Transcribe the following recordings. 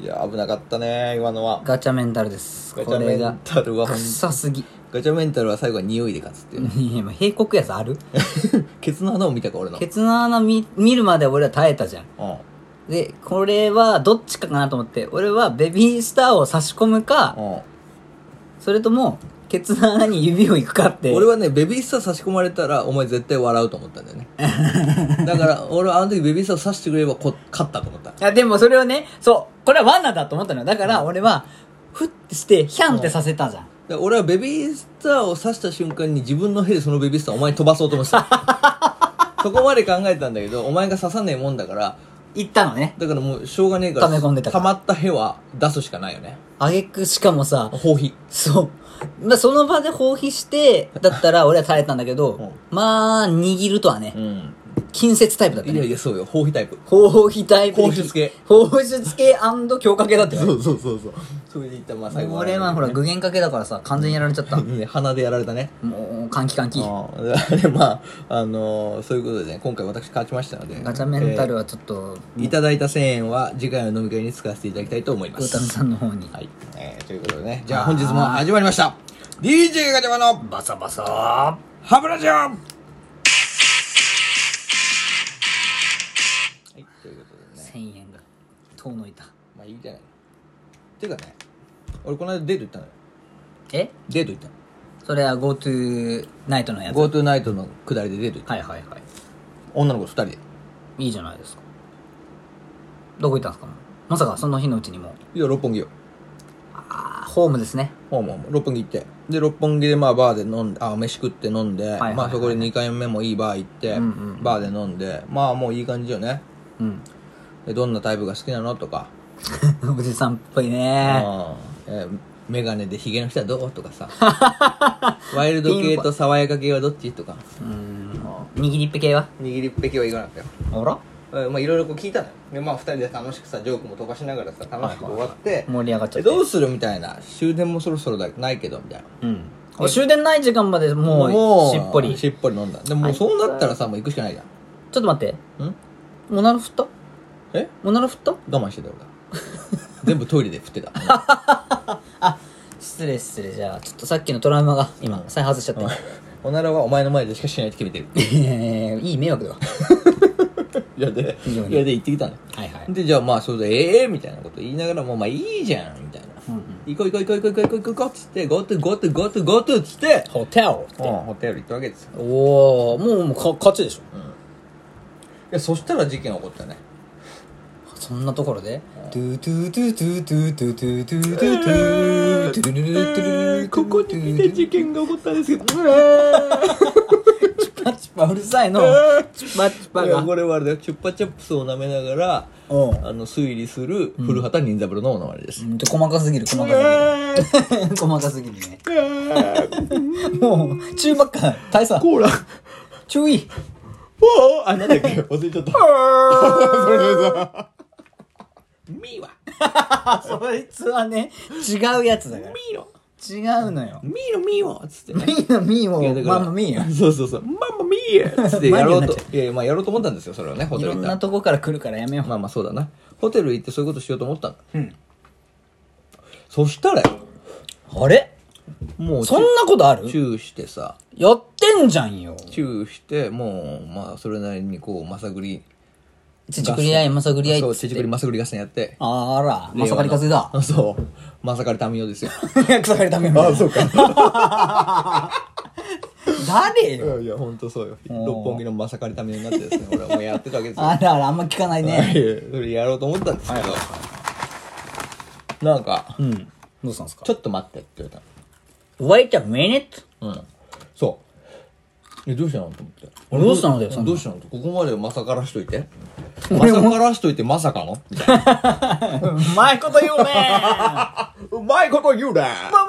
いや危なかったね今のはガチャメンタルですガチこャメれンがタルはほん臭すぎガチャメンタルは最後は匂いで勝つっ ていういやまあ閉国やつあるケツの穴を見たか俺のケツの穴見見るまで俺は耐えたじゃんうんでこれはどっちかかなと思って俺はベビースターを差し込むかうんそれともケツの穴に指をいくかって俺はねベビースター差し込まれたらお前絶対笑うと思ったん だよねだから俺はあの時ベビースター差してくれればこ勝ったと思ったいやでもそれをねそうこれは罠だと思ったのよだから俺はフッてしてヒャンってさせたじゃんで俺はベビースターを刺した瞬間に自分のヘでそのベビースターをお前に飛ばそうと思って たそこまで考えたんだけどお前が刺さねえもんだから言ったのねだからもうしょうがねえから溜め込んでたか溜らまったヘは出すしかないよねあげくしかもさ放費そう、まあ、その場で放棄してだったら俺は耐えたんだけど、んまあ握るとはねうん近接タイプだったいやねいやそうよ放費タイプ放棄タイプで放出系放出系強化系だったようそうそうそうそれでいったまあ最後俺はほら具現化系だからさ完全にやられちゃったうんね鼻でやられたねもう換気換気うんでまああのーそういうことでね今回私勝ちましたのでガチャメンタルはちょっといただいた1000円は次回の飲み会に使わせていただきたいと思いまウーすタンさんの方にはい、えーということでねじゃあ本日も始まりました DJ ガチャマのバサバサハブラジオはいということでね1000円が遠のいたまあいいじゃないっていうかね俺この間デート行ったのよえデート行ったのそれは GoTo ナイトのやつは GoTo ナイトのくだりでデート行ったいはいは女の子2人でいいいじゃないですかどこ行ったんですかまさかその日のうちにもういや六本木よあーホームですねほうもうもう六本木行ってで六本木でまあバーで飲んであ飯食って飲んで、いはいはいまあそこで2回目もいいバー行って、うんうんバーで飲んでまあもういい感じよねうん でどんなタイプが好きなのとか、おじさんっぽいうんねえーメガネでヒゲの人はどうとか さワイルド系と爽やか系はどっちとかうーん握りっぺ系は握りっぺきはいかなかったよあらえーまあいろいろこう聞いたのよでまあ2人で楽しくさジョークも飛ばしながらさ楽しく終わって盛り上がっちゃえってどうするみたいな終電もそろそろだないけどみたいなうんお終電ない時間までもうしっぽりちしょっぽり飲んだでももうそうなったらさもう行くしかないじゃんっと待ってんおなら振ったえおなら振った我慢してた 俺が全部トイレで振ってた うんあ失礼失礼じゃあちょっとさっきのトラウマが今再発しちゃったおならはお前の前でしかしないって決めてるえーいい迷惑だわ いやで非常にいやで行ってきたのはいはいでじゃあまあそうだええー、みたいなこと言いながらもうまあいいじゃんみたいな、うんうん行こう行こう行こう行こう行こう行こう行こうっつって GoToGoToGoToGoTo っつって、ホテルってうん、ホテル行ったわけですよおおもうもうか勝ちでしょいやそしたら事件起こったねそんなところで「トゥトゥトゥトゥトゥトゥトゥトゥトゥトゥトゥトゥトゥトゥトゥトゥトゥ件が起こったんですけどチュパチュパうるさいのチュパチュパいやがこれはあれだよチュッパチャップスを舐めながらうんあの推理する古畑任三郎のお名前です、うんちょ細かすぎる細かすぎる細かすぎるねもう中ばっか大佐コーラ注意おーあ、なんだっけ忘れちゃった。ミーは、そいつはね違うやつだからミーの、違うのよミーのミーをつってね。ミーのミーいやだをからママミーよそうそうそう。ママミーつってやろうとマ。いやいや、まあやろうと思ったんですよ、それはね、ホいテルろ行んっなたとこから来るからやめよら。うまあまあそうだな。ホテル行ってそういうことしようと思ったの。うんそしたらよ、あれもうチそュ、んなことあるチューしてさ、やってんじゃんよチューして、もう、まあそれなりにこう、まさぐり。ちちくりあいまさぐりあいっそう、つちっちくてりまさぐり合戦やって。あらまさかりかずいだあそう。まさかり民謡ですよ。 草刈りためよそうか。 誰いよやいや、ほんとそうよ。六本木のまさかりためになってですね、俺はもうやってたわけ ですよ。あらあらあんま聞かないはねいそれやろうと思ったんですけど、なんか、うんどうしたんですかちょっと待ってって言われ Wait a minute たの。うん。そう。え、どうしたのと思って。俺どうしたのだよそんなどうしたのここまでまさからしといて。まさからしといてまさかのみたいなうまいこと言 うねうまいこと言うねババババ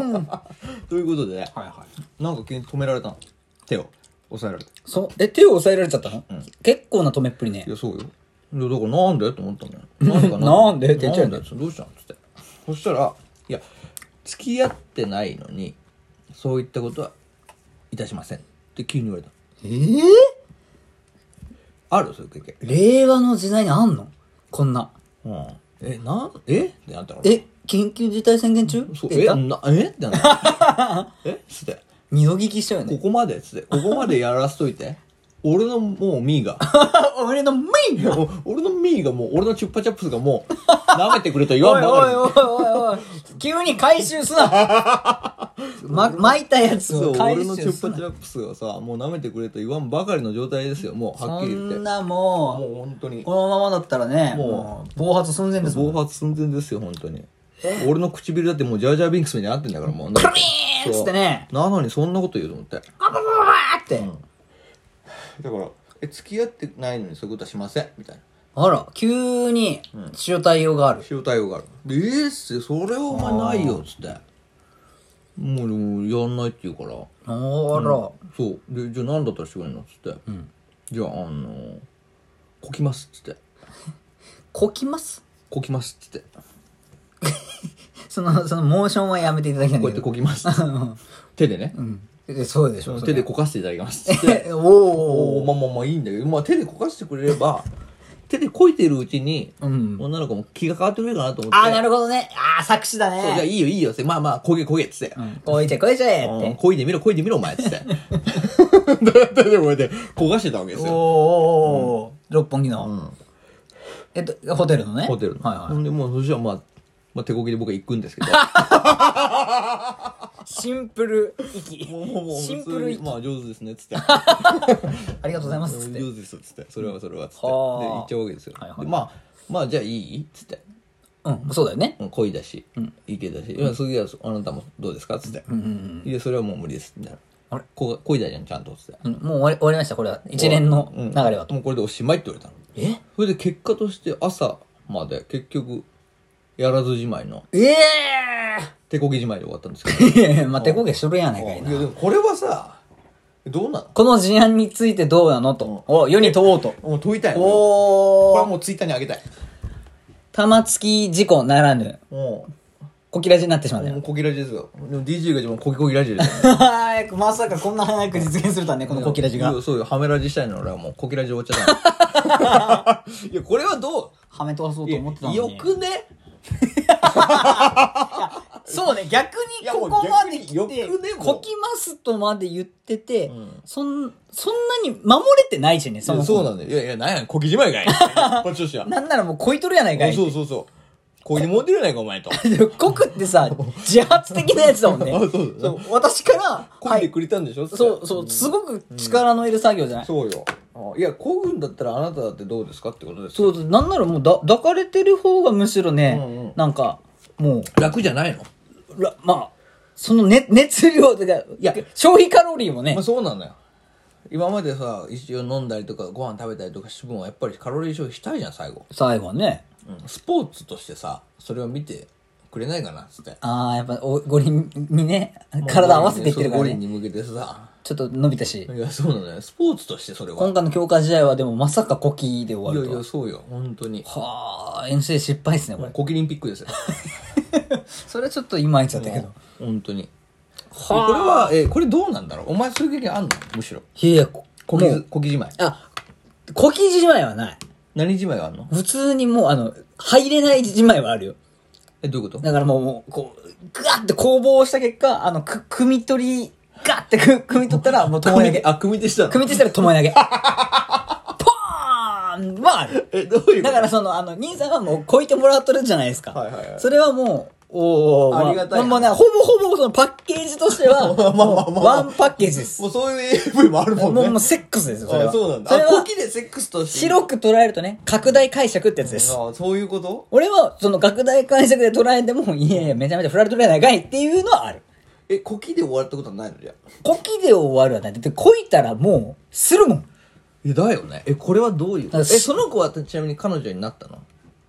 ーンは ということでね、いはいなんか急に止められたの。手を。押さえられて。そえ手を押さえられちゃったの、結構な止めっぷりねいや、そうよ。いやだからなんでと思ったのよ。 なんかなんでって言っちゃなうんんだでよどうしたのつって。そしたら、いや、付き合ってないのに、そういったことはいたしません。って急に言われた。えー、あるそういう経験。令和の時代にあんのこんなうん。え、なん、えってなったのえ緊急事態宣言中そう、ええ、な、えってな ったのえつって、二度聞きしたよねここまでつって、ここまでやらしといて。俺のもうミ ーが、 俺のメインお俺のミーがもう、俺のチュッパチャップスがもう、舐めてくれと言おわいんおいばかり。おいおいおい急に回収すな ま巻いたやつそをう、回俺のチュ収ッすパチなャップスがさ、もう舐めてくれと言わんばかりの状態ですよ、もう、はっそきり言って。んもなもう本当うに。このままだったらねももう暴発寸前ですもん暴発寸前ですよ、本当に。俺の唇だってもうジャージャービンクスみたいになってんだから、もう。クリーンっつってねそうなのにそんなこと言うと思って。あばばばばーって、だから、え、付き合ってないのにそういうことはしません、みたいな。あら急に塩対応がある、塩対応がある。えー、っすそれはお前ないよ、っつって。もう、でもやんないって言うから。あら、そう。で、じゃあ何だったらしてくれんのっつって。じゃあ、あの、こきます、っつって。こきますこきます、っつって。そのそのモーションはやめていただきたいんこうだやっけてどこきます。手でね。えそうでしょそ手れでこかしていただきます。 おーおーおーおおまあまあまあいいんだけど、まあ手でこかしてくれれば、手でこいてるうちに、うん女の子も気が変わってくれるかなと思って。ああなるほどねああ作詞だそうじゃあいねいよいいよって、まあまあ、こげこげっつって。こいてこいてって、うんこいでみろ、こいでみろ、お前っ つって。だってでもこうやって焦がしてたわけですおーよ。おーおー、六本木の、えっとホテルのねホテルの。はいはいほんで、もうそしたらまあ、まあ手こぎで僕は行くんですけ ど。シンプル 息もうもうもうシンプル普息通にまあ上手ですね、つって。ありがとうございますっつって上手です、つって。それはそれは、つって。で、はあ行っちゃうわけですよはいは。いでまあ、まあじゃあいいつって。うんそうだよねうん恋だし、いいけだし、いや、それはあなたもどうですかつって、いや、それはもう無理です、みたいな。あれこ恋だじゃん、ちゃんと、つって。うんもう終わり終わりましたこれは一連の流れはと、もうこれでおしまいって言われたの。えそれで結果として朝まで結局、やらずじまいの、 ええ手こぎじまいで終わったんですけー、いやいやまあ手こけしとるやないど。かいいなや、でもこれはさ、どうなこの事案についてどうなのと、を世に問おうと。のもう問いたい。これおはー、もうツイッターにあげたい。玉突き事故ならぬ、もこきらじになってしまうう、もね。うこぎラジですよ。でも DJ が自分こぎこぎラジ ですよ。早く、まさかこんな早く実現するとはね、このこきらじいがや。そうよ、ハメラジしたいの俺はもうこぎラジ終わっちゃ ったの。いや、これはどうはめ通そうと思ってたのに。よくねそうね、逆いにやもこうこまで来逆にてよくね、もうこきますとまで言ってて、んそん、そんなに守れてないしね、そもそそうも。なんだよ。いやいや、なんや、小木じま いかい。こっちとしては。なんならもうこいとるやないかい。そうそうそう。小木に持ってるやないか、お 前と。こくって さ、自発的なやつだもんね。あそうだそう私から、こいでくれたんでしょ、そそうそう、すごく力のいる作業じゃない、そうよ。あいや、こぐんだったらあなただってどうですかってことです。そうそうなんならもうだ抱かれてる方がむしろね、うんうんなんかも楽じゃないのうらまあその熱 熱量とかいや消費カロリーもね、まあそうなのよ。今までさ、一応飲んだりとかご飯食べたりとかした分はやっぱりカロリー消費したいじゃん、最後。最後はねうんスポーツとしてさ、それを見てくれないかな、つって。ああやっぱお五輪にね体合わせていってるかそらう五輪ねに向けてさ。ちょっと伸びたしいや、そうなのよ。スポーツとしてそれは。今回の強化試合はでもまさかコキで終いわるやといや、はそうよ。本当に。はあ遠征失敗ですねこれコキリンピックですよ。それはちょっといまいちだったけど本当に。これはあは、えーこれどうなんだろうお前そういう経験あんのむしろ。いやいやここもきう、こきじまい。あコキじまいはない何じまいがあんの普通にもうあの入れないじまいはあるよえ、どういうことだからもうもう、こう、ぐわって攻防した結果、あの、く、組み取り、ガッてく、組み取ったら、もう、とも組えみ 手投げ。あ、組み手したの組み取りしたら、ともえ投げ。ポーンはある。え、どういうことだから、その、あの、兄さんはもう、こいてもらっとるじゃないですか。はいはいはいそれはもう、おー、まありがたいなまあまあね、ほぼほぼ、その、パッケージとしては、 まあまあまあまあワンパッケージです。もうそういう AV もあるももう、んね。もう、セックスですよ、それあは。そうなんそれだ。あ、はこ、きでセックスとして。白く捉えるとね、拡大解釈ってやつです。あそういうこと俺は、その、拡大解釈で捉えても、いやいや、めちゃめちゃ振られとるやないかいっていうのはある。え、こきで終わったことはないのじゃあ。こきで終わるはない。だって、こいたらもう、するもん。え、だよね。え、これはどういうことえ、だからその子はちなみに彼女になったの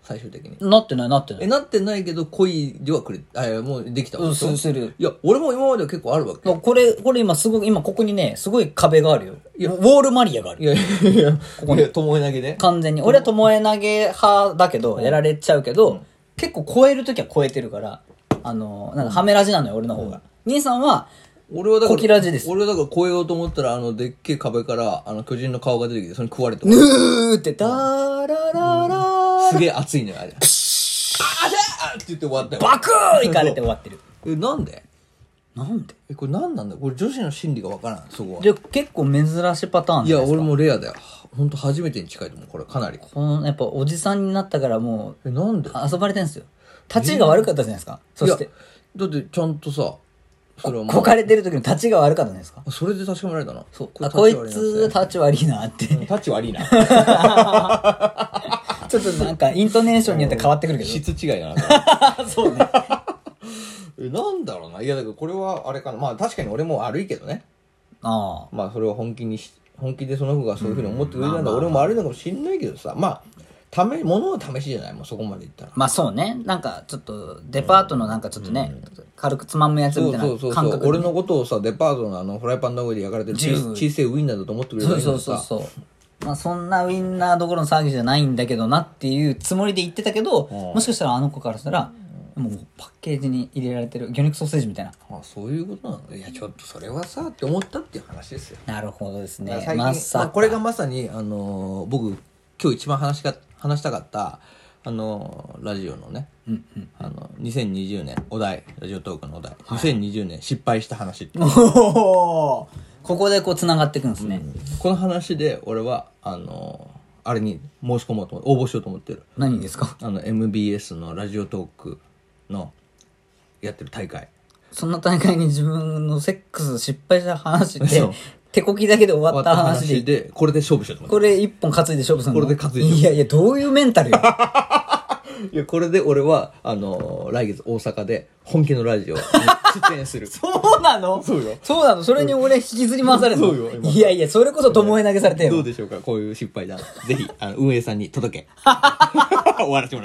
最終的に。なってない、なってなえ、い。なってないけど、恋ではくれ、あ、いやもうできたわうけん、でしょすする。いや、俺も今までは結構あるわけ。これ、これ今すごく、今ここにね、すごい壁があるよ。ウォールマリアがある。いやいやいや、こここにに。ともえ投げで。完全に。俺は巴投げ派だけど、やられちゃうけど、結構超えるときは超えてるから、あの、なんかはめラジなのよ、俺の方が。兄さんは、俺はだから、コキラジです俺はだから超えようと思ったら、あの、でっけえ壁から、あの、巨人の顔が出てきて、それに食われた。ぬーって、だーらららーすげえ熱いのよ、あれ。ーって言って終わったよ。バクー行かれて終わってる。え、なんでなんでえ、これなんなんだこれ女子の心理がわからん、そこは。で結構珍しいパターンいじゃや、ないで俺すか。もレアだよ。ほんと初めてに近いと思う、これかなり。この、やっぱおじさんになったからもう、え、なんで遊ばれてんすよ。立ちが悪かったじゃないですか。そしいてや、だってちゃんとさ、それはこかれてる時の立ちが悪かったじゃないですか。あそれで確かめられたな。そうあ、こいつ、立ち悪いなって。 タッチ悪いな。ちょっとなんか、イントネーションによって変わ ってく るけど。質違いだな。 そうね。 えなんだろうな。いや、だからこれはあれかな。まあ確かに俺も悪いけどね。ああ。まあそれを本気にし、本気でその子がそういうふうに思ってくれたんだ、俺も悪いのかもしんないけどさ。まあ、ため、ものは試しじゃない。もうそこまでいったら。まあそうね。なんか、ちょっと、デパートのなんかちょっとね、軽くつまむやつそみうたいそうそうそな感う、覚俺のことをさ、デパートのあの、フライパンの上で焼かれてるジ小ュ小ーさいウインナーだと思ってくれるそだうけそのうそうさ。そう。まあそんなウインナーどころの騒ぎじゃないんだけどなっていうつもりで言ってたけど、もしかしたらあの子からしたら、もうパッケージに入れられてる魚肉ソーセージみたいな。あそういうことなのいや、ちょっとそれはさ、って思ったっていう話ですよ。なるほどですだからね。最近まさまあか。これがまさに、あのー僕今日一番話しか話したかった、あのーラジオのね、うんうん。あの2020年お題ラジオトークのお題、2020年失敗した話って おおここでこう繋がっていくんですね。この話で俺はあのーあれに申し込もうと思応募しようと思ってる何ですか あの MBS のラジオトークのやってる大会そんな大会に自分のセックス失敗した話でそう、手こきだけで終わった話話ででこれで勝負しようと思っこれ一本担いで勝負するのこれで担いでいやいや、どういうメンタ ルよ。てるいやこれで俺はあのー来月大阪で本気のラジオに出演す るそうなのそうよそうなのそれに俺引きずり回されるの、そうよ今いやいや、それこそ巴投げされてよ。 どうでしょうかこういう失敗談。ぜひ、あの、運営さんに届け。終わらせてもらいます。